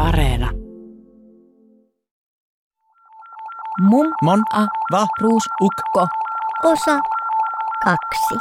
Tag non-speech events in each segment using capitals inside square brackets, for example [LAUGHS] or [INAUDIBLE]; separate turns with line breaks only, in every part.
Areena.
Mun
Mon,
a
va,
ruus
uk,
ko.
Osa kaksi.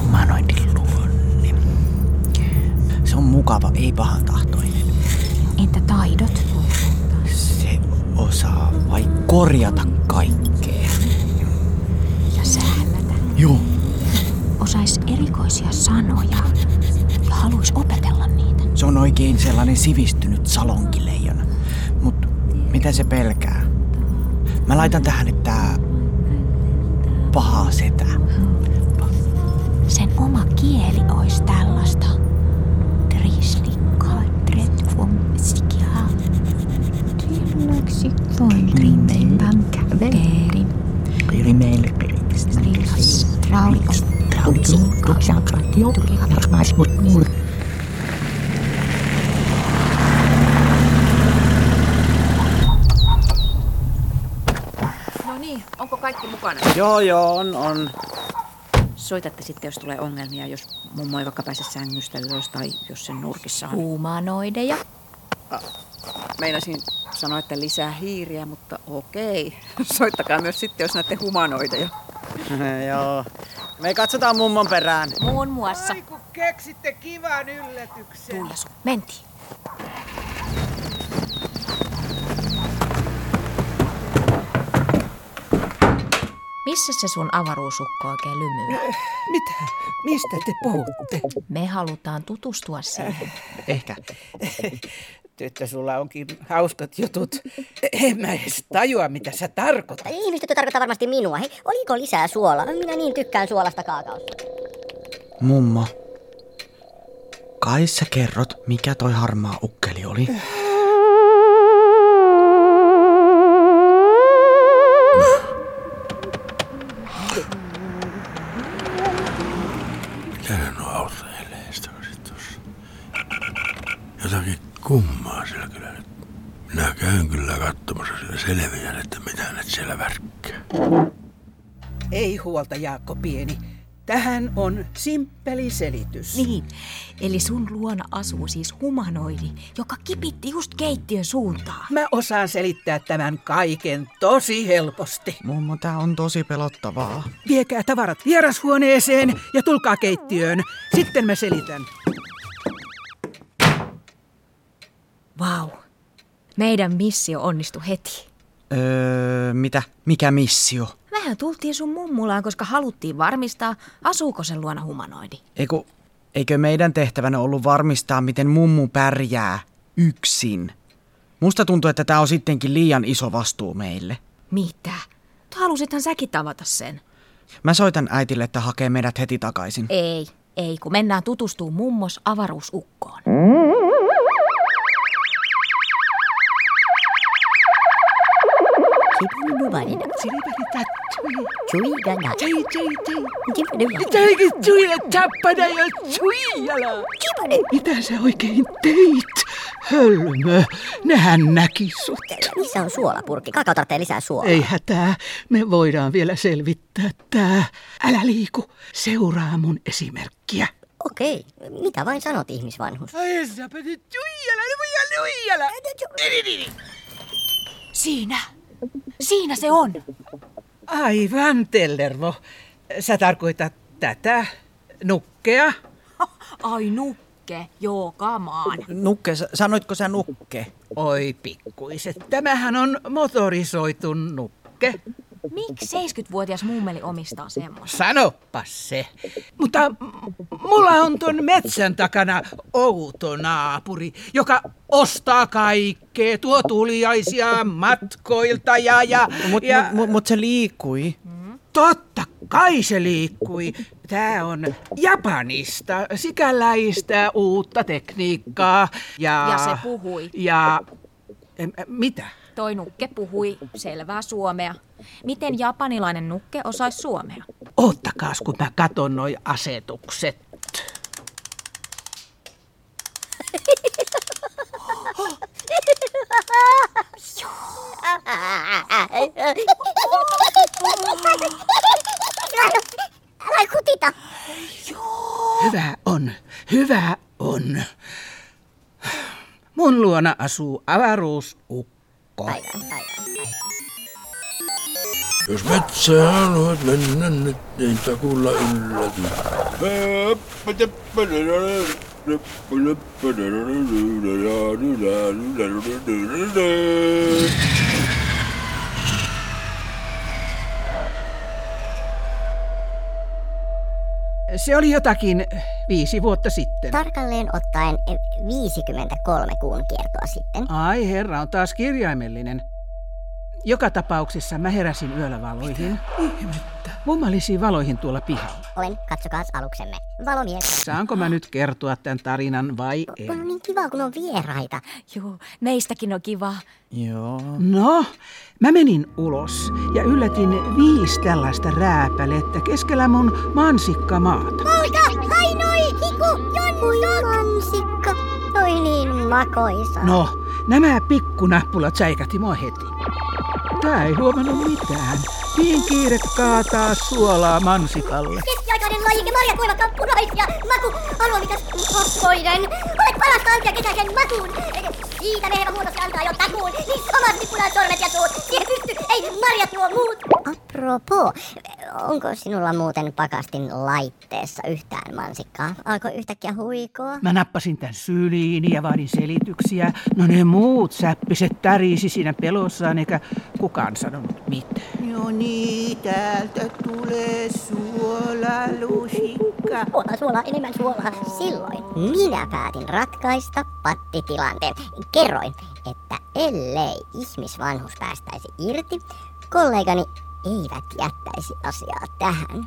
humanoidin luonne. Se on mukava, ei pahan tahtoinen.
Entä taidot?
Se osaa vai korjata kaikkea.
Ja säällätä.
Joo.
Osais erikoisia sanoja. Ja haluais opetella niitä.
Se on oikein sellainen sivistynyt salonkileijona. Mut mitä se pelkää? Mä laitan tähän, että tää paha setä.
Sen oma kieli ois tällaista. Trislikkaa, tretvom, sikihaa. Tilmäksi toin rintin pänkä, perin, rikas, trauliko,
No niin, onko kaikki mukana?
Joo, joo, on, on.
Soitatte sitten, jos tulee ongelmia, jos mummo ei vaikka pääse sängystä ylös tai jos sen nurkissa on.
humanoideja.
Uh. Meinasin sanoa, että lisää hiiriä, mutta okei. [LAUGHS] Soittakaa myös sitten, jos näette humanoideja.
joo. Me katsotaan mummon perään.
Muun muassa.
Ai kun keksitte kivan yllätyksen.
Tuija sun. Mentiin. Missä se sun avaruusukko oikein lymyy?
Mitä? Mistä te puhutte?
Me halutaan tutustua siihen.
Ehkä.
[LAUGHS] Tyttö, sulla onkin hauskat jutut. En mä edes tajua, mitä sä tarkoitat.
Ihmistyttö tarkoittaa varmasti minua. Hei, oliko lisää suolaa? Minä niin tykkään suolasta kaakaosta.
Mummo, kai sä kerrot, mikä toi harmaa ukkeli oli?
Mitä nuo autoilee tämmöiset tossa? Jotakin kummaa siellä kyllä nyt. Minä käyn kyllä katsomassa sillä selviän, että mitä ne siellä värkkää.
Ei huolta, Jaakko Pieni. Tähän on simppeli selitys.
Niin, eli sun luona asuu siis humanoidi, joka kipitti just keittiön suuntaan.
Mä osaan selittää tämän kaiken tosi helposti.
Mummo, tää on tosi pelottavaa.
Viekää tavarat vierashuoneeseen ja tulkaa keittiöön. Sitten mä selitän.
Vau. Meidän missio onnistui heti.
Öö, mitä? Mikä missio?
Mehän tultiin sun mummulaan, koska haluttiin varmistaa, asuuko sen luona humanoidi.
Eiku, eikö meidän tehtävänä ollut varmistaa, miten mummu pärjää yksin? Musta tuntuu, että tämä on sittenkin liian iso vastuu meille.
Mitä? Halusithan säkin tavata sen.
Mä soitan äitille, että hakee meidät heti takaisin.
Ei, ei, kun mennään tutustuu mummos avaruusukkoon.
Kipunuvainen. Tuijana. Kipunuvainen.
Teikin tuija tappana ja tuijala. Mitä sä oikein teit? Hölmö, nehän näki sut.
Missä on suolapurkki? Kakao tarvitsee lisää suolaa.
Ei hätää, me voidaan vielä selvittää tää. Älä liiku, seuraa mun esimerkkiä.
Okei, mitä vain sanot ihmisvanhus?
Ai säpä nyt tuijala, luija, luijala. Niin,
Siinä! Siinä se on!
Aivan, Tellervo. Sä tarkoitat tätä nukkea?
Ai nukke, joo, kamaan.
Nukke, sa- sanoitko sä nukke?
Oi pikkuiset, tämähän on motorisoitu nukke.
Miksi 70-vuotias mummeli omistaa semmoista?
Sanoppa se. Mutta m- mulla on ton metsän takana outo naapuri, joka ostaa kaikkea, tuo tuliaisia matkoilta ja... ja,
Mut,
ja
mut, mut, mut se liikui.
totta kai se liikkui. Tää on Japanista, sikäläistä uutta tekniikkaa ja...
Ja se puhui.
Ja... em, em, Mitä?
Toi nukke puhui selvää suomea. Miten japanilainen nukke osaisi suomea?
Oottakaas, kun mä katon noi asetukset.
Älä kutita.
Hyvä on, hyvä on. Mun luona asuu avaruusukko.
Jos metsään haluat mennä nyt, niin takulla ylläty.
Se oli jotakin viisi vuotta sitten.
Tarkalleen ottaen eh, 53 kuun kiertoa sitten.
Ai herra, on taas kirjaimellinen. Joka tapauksessa mä heräsin yöllä valoihin. Ihmettä. Mummalisiin valoihin tuolla pihalla.
Olen, katsokaa aluksemme. Valomies.
Saanko mä nyt kertoa tämän tarinan vai
On
en?
niin kiva, kun on vieraita.
Joo, meistäkin on kivaa.
Joo.
No, mä menin ulos ja yllätin viisi tällaista rääpälettä keskellä mun mansikkamaata.
Olka, hainoi, hiku, jonnu, Mansikka. Oi niin makoisa.
No, nämä pikkunappulat säikähti mua heti. Tää ei huomannut mitään. Niin kiire kaataa suolaa mansikalle.
Keskiaikainen lajike, marja kuiva kamppunais ja maku, aluomikas hoppoinen. Olet parasta antia kesäisen makuun. Siitä mehevä muutos antaa jo takuun. Niin samat nippulaan sormet ja suut. Siihen pysty, ei marja tuo muut. Apropos, onko sinulla muuten pakastin laitteessa yhtään mansikkaa? Alkoi yhtäkkiä huikoa.
Mä nappasin tän syliini ja vaadin selityksiä. No ne muut säppiset tärisi siinä pelossaan, eikä kukaan sanonut mitään.
No niin, täältä tulee suolalusikka.
Suolaa, suolaa, enemmän suolaa. Silloin minä päätin ratkaista pattitilanteen. Kerroin, että ellei ihmisvanhus päästäisi irti, kollegani eivät jättäisi asiaa tähän.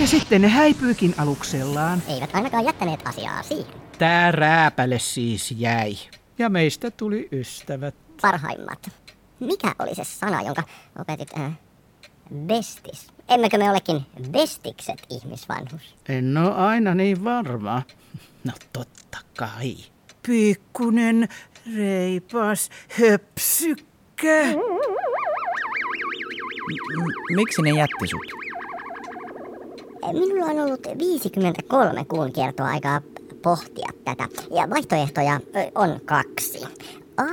Ja sitten ne häipyikin aluksellaan.
Eivät ainakaan jättäneet asiaa siihen.
Tää rääpäle siis jäi. Ja meistä tuli ystävät.
Parhaimmat. Mikä oli se sana, jonka opetit? Äh, bestis. Emmekö me olekin bestikset ihmisvanhus?
En oo aina niin varma. No totta kai.
Pikkunen, reipas, höpsykkä.
M- miksi ne jätti sut?
Minulla on ollut 53 kuun kiertoa aikaa pohtia tätä, ja vaihtoehtoja ö, on kaksi. A.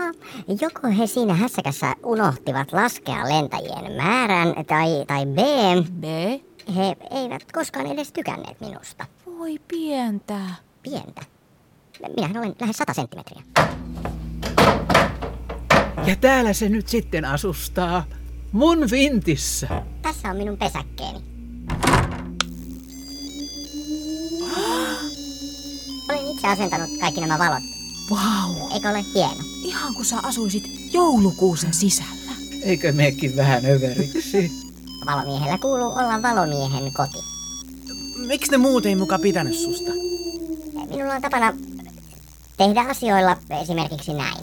Joko he siinä hässäkässä unohtivat laskea lentäjien määrän, tai, tai B.
B.
He eivät koskaan edes tykänneet minusta.
Voi pientä.
Pientä. Minähän olen lähes 100 senttimetriä.
Ja täällä se nyt sitten asustaa. Mun vintissä.
Tässä on minun pesäkkeeni. [GASPS] Olen itse asentanut kaikki nämä valot.
Vau,
Eikö ole hieno?
ihan kuin sä asuisit joulukuusen sisällä.
Eikö meekin vähän överiksi?
Valomiehellä kuuluu olla valomiehen koti.
Miksi ne muut ei muka pitänyt susta?
Minulla on tapana tehdä asioilla esimerkiksi näin.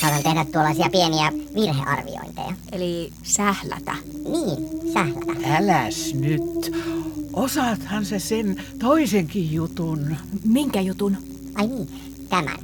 Saatan tehdä tuollaisia pieniä virhearviointeja.
Eli sählätä.
Niin, sählätä.
Äläs nyt. Osaathan se sen toisenkin jutun.
Minkä jutun?
Ai niin, tämän.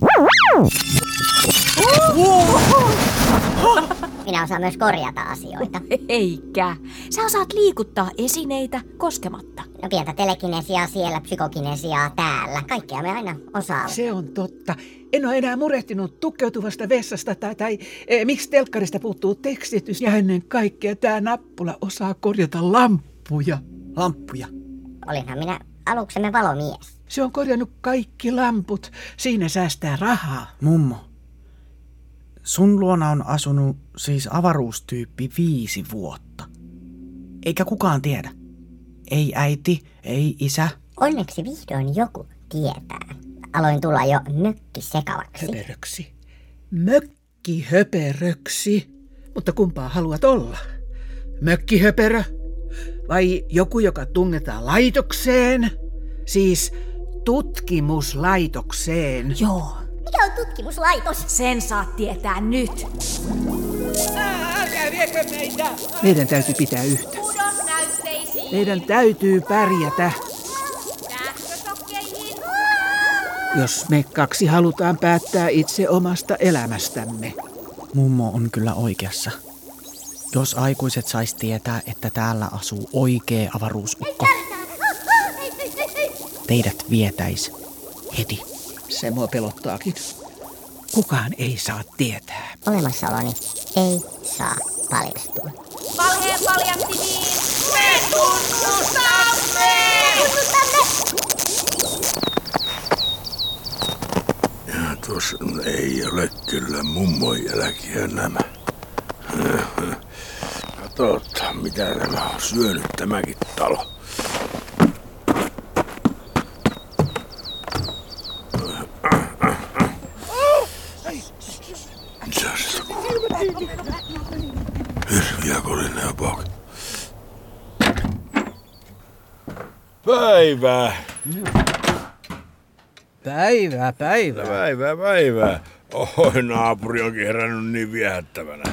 Minä osaan myös korjata asioita.
Eikä. Sä osaat liikuttaa esineitä koskematta.
No pientä telekinesiaa siellä, psykokinesiaa täällä. Kaikkea me aina osaamme.
Se on totta. En ole enää murehtinut tukkeutuvasta vessasta tai, tai e, miksi telkkarista puuttuu tekstitys. Ja ennen kaikkea tämä nappula osaa korjata lamppuja.
Lamppuja.
Olinhan minä aluksemme valomies.
Se on korjannut kaikki lamput. Siinä säästää rahaa.
Mummo, sun luona on asunut siis avaruustyyppi viisi vuotta. Eikä kukaan tiedä. Ei äiti, ei isä.
Onneksi vihdoin joku tietää. Aloin tulla jo mökki sekavaksi.
Höperöksi. Mökki höperöksi. Mutta kumpaa haluat olla? Mökki höperö? Vai joku, joka tungetaan laitokseen? Siis tutkimuslaitokseen.
Joo,
Mikä on tutkimuslaitos?
sen saat tietää nyt.
Ää, kävi viekö meitä?
Meidän täytyy pitää yhtä. Meidän täytyy pärjätä. Jos me kaksi halutaan päättää itse omasta elämästämme.
Mummo on kyllä oikeassa. Jos aikuiset sais tietää, että täällä asuu oikea avaruusukko, teidät vietäis heti.
Se mua pelottaakin. Kukaan ei saa tietää.
Olemassaoloni ei saa paljastua.
Valheen paljasti niin. Me tunnustamme!
Ja tuossa ei ole kyllä mummojeläkiä [LAUGHS] nämä. Hát Katsotaan, mitä tämä on syönyt tämäkin talo. Mitä se on? Hirviä kolina ja pauk. Päivää!
Päivää, päivää.
No Päivää, päivää. Oho, naapuri onkin herännyt niin viehättävänä.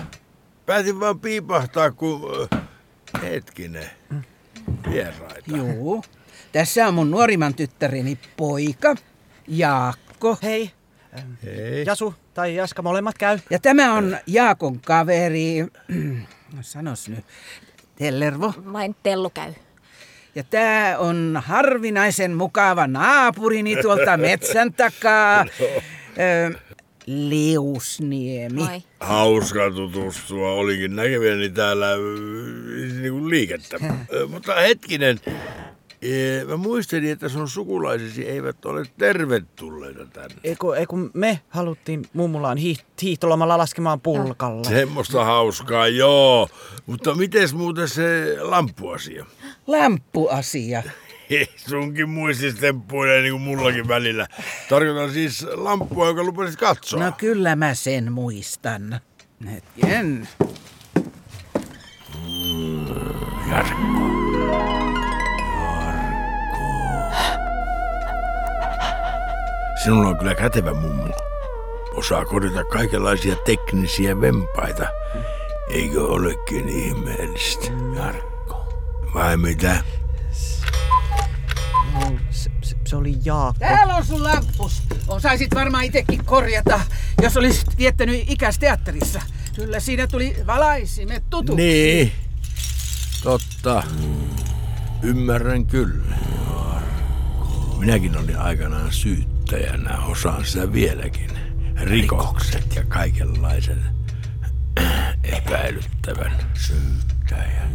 Päätin vaan piipahtaa, kun... ö, Hetkinen. Vieraita.
Juu. Tässä on mun nuorimman tyttäreni poika, Jaakko.
Hei,
Ei.
Jasu tai Jaska, molemmat käy.
Ja tämä on Jaakon kaveri, [CLEARS THROAT] no sanos nyt, Tellervo.
Vain tellu käy.
Ja tämä on harvinaisen mukava naapurini tuolta metsän takaa. Ö, Liusniemi.
Vai?
Hauska tutustua. Olinkin näkeväni täällä ö, niinku liikettä. Ö, Mutta hetkinen. Ee, Mä muistelin, että sun sukulaisesi eivät ole tervetulleita tänne.
Eiku, eiku me haluttiin mummulaan hiih- hiihtolomalla laskemaan pulkalla.
Semmoista hauskaa, joo. Mutta miten muuten se lamppuasia?
Lamppuasia.
Sunkin muististemppuilee niin kuin mullakin välillä. Tarkoitan siis lamppua, jonka lupasit katsoa.
No kyllä mä sen muistan. Hetken.
Jarkko. Sinulla on kyllä kätevä mummo. Osaa korjata kaikenlaisia teknisiä vempaita. Eikö olekin ihmeellistä, Jarkko? Vai mitä?
Se, se, se oli Jaakko.
Täällä on sun lampus. Osaisit varmaan itekin korjata, jos olisit viettänyt ikäs teatterissa. Kyllä siinä tuli valaisimet tutuksi.
Niin. Totta. Ymmärrän kyllä. Minäkin olin aikanaan syyttäjänä, osaan sitä vieläkin. Rikokset ja kaikenlaisen epäilyttävän syyttäjän.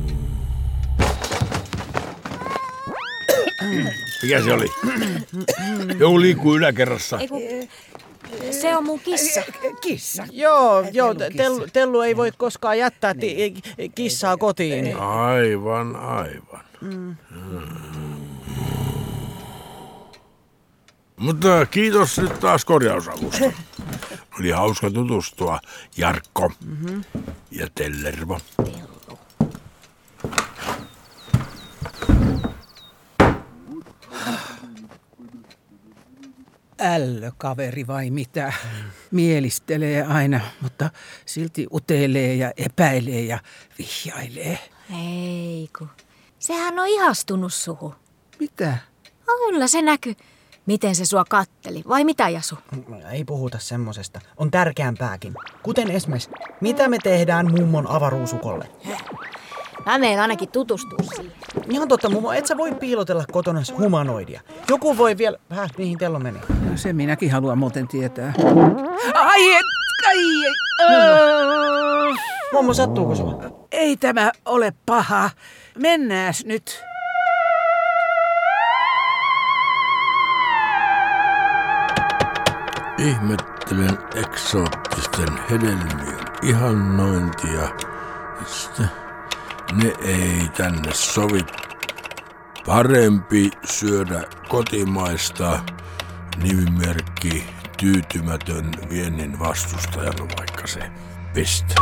Mikä se oli? Joku liikkuu yläkerrassa.
Ei kun, se on mun kissa.
Kissa.
Joo, joo,
Tellu
tellu,
kissa.
tellu ei voi koskaan jättää ti- kissaa kotiin.
Aivan, aivan. Mm. Mutta kiitos nyt taas korjausavusta. Oli hauska tutustua, Jarkko mm-hmm. ja Tellervo.
Ällökaveri vai mitä? Mielistelee aina, mutta silti utelee ja epäilee ja vihjailee.
Ei kun. Sehän on ihastunut suhu.
Mitä?
Kyllä se näkyy. Miten se sua katteli? Vai mitä Jasu?
Ei puhuta semmosesta. On tärkeämpääkin. Kuten esimerkiksi, mitä me tehdään mummon avaruusukolle?
Mä meen ainakin tutustua siihen.
Ihan totta, mummo, et sä voi piilotella kotona humanoidia. Joku voi vielä... Häh, niihin tello meni.
No se minäkin haluan muuten tietää. Ai, et, ai, ei. Öö,
Mummo, sattuuko sua?
ei tämä ole paha. Mennääs nyt.
Ihmettelen eksoottisten hedelmien ihannointia. Sitä- Ne ei tänne sovi. Parempi syödä kotimaista nimimerkki tyytymätön viennin vastustajan vaikka se. Piste.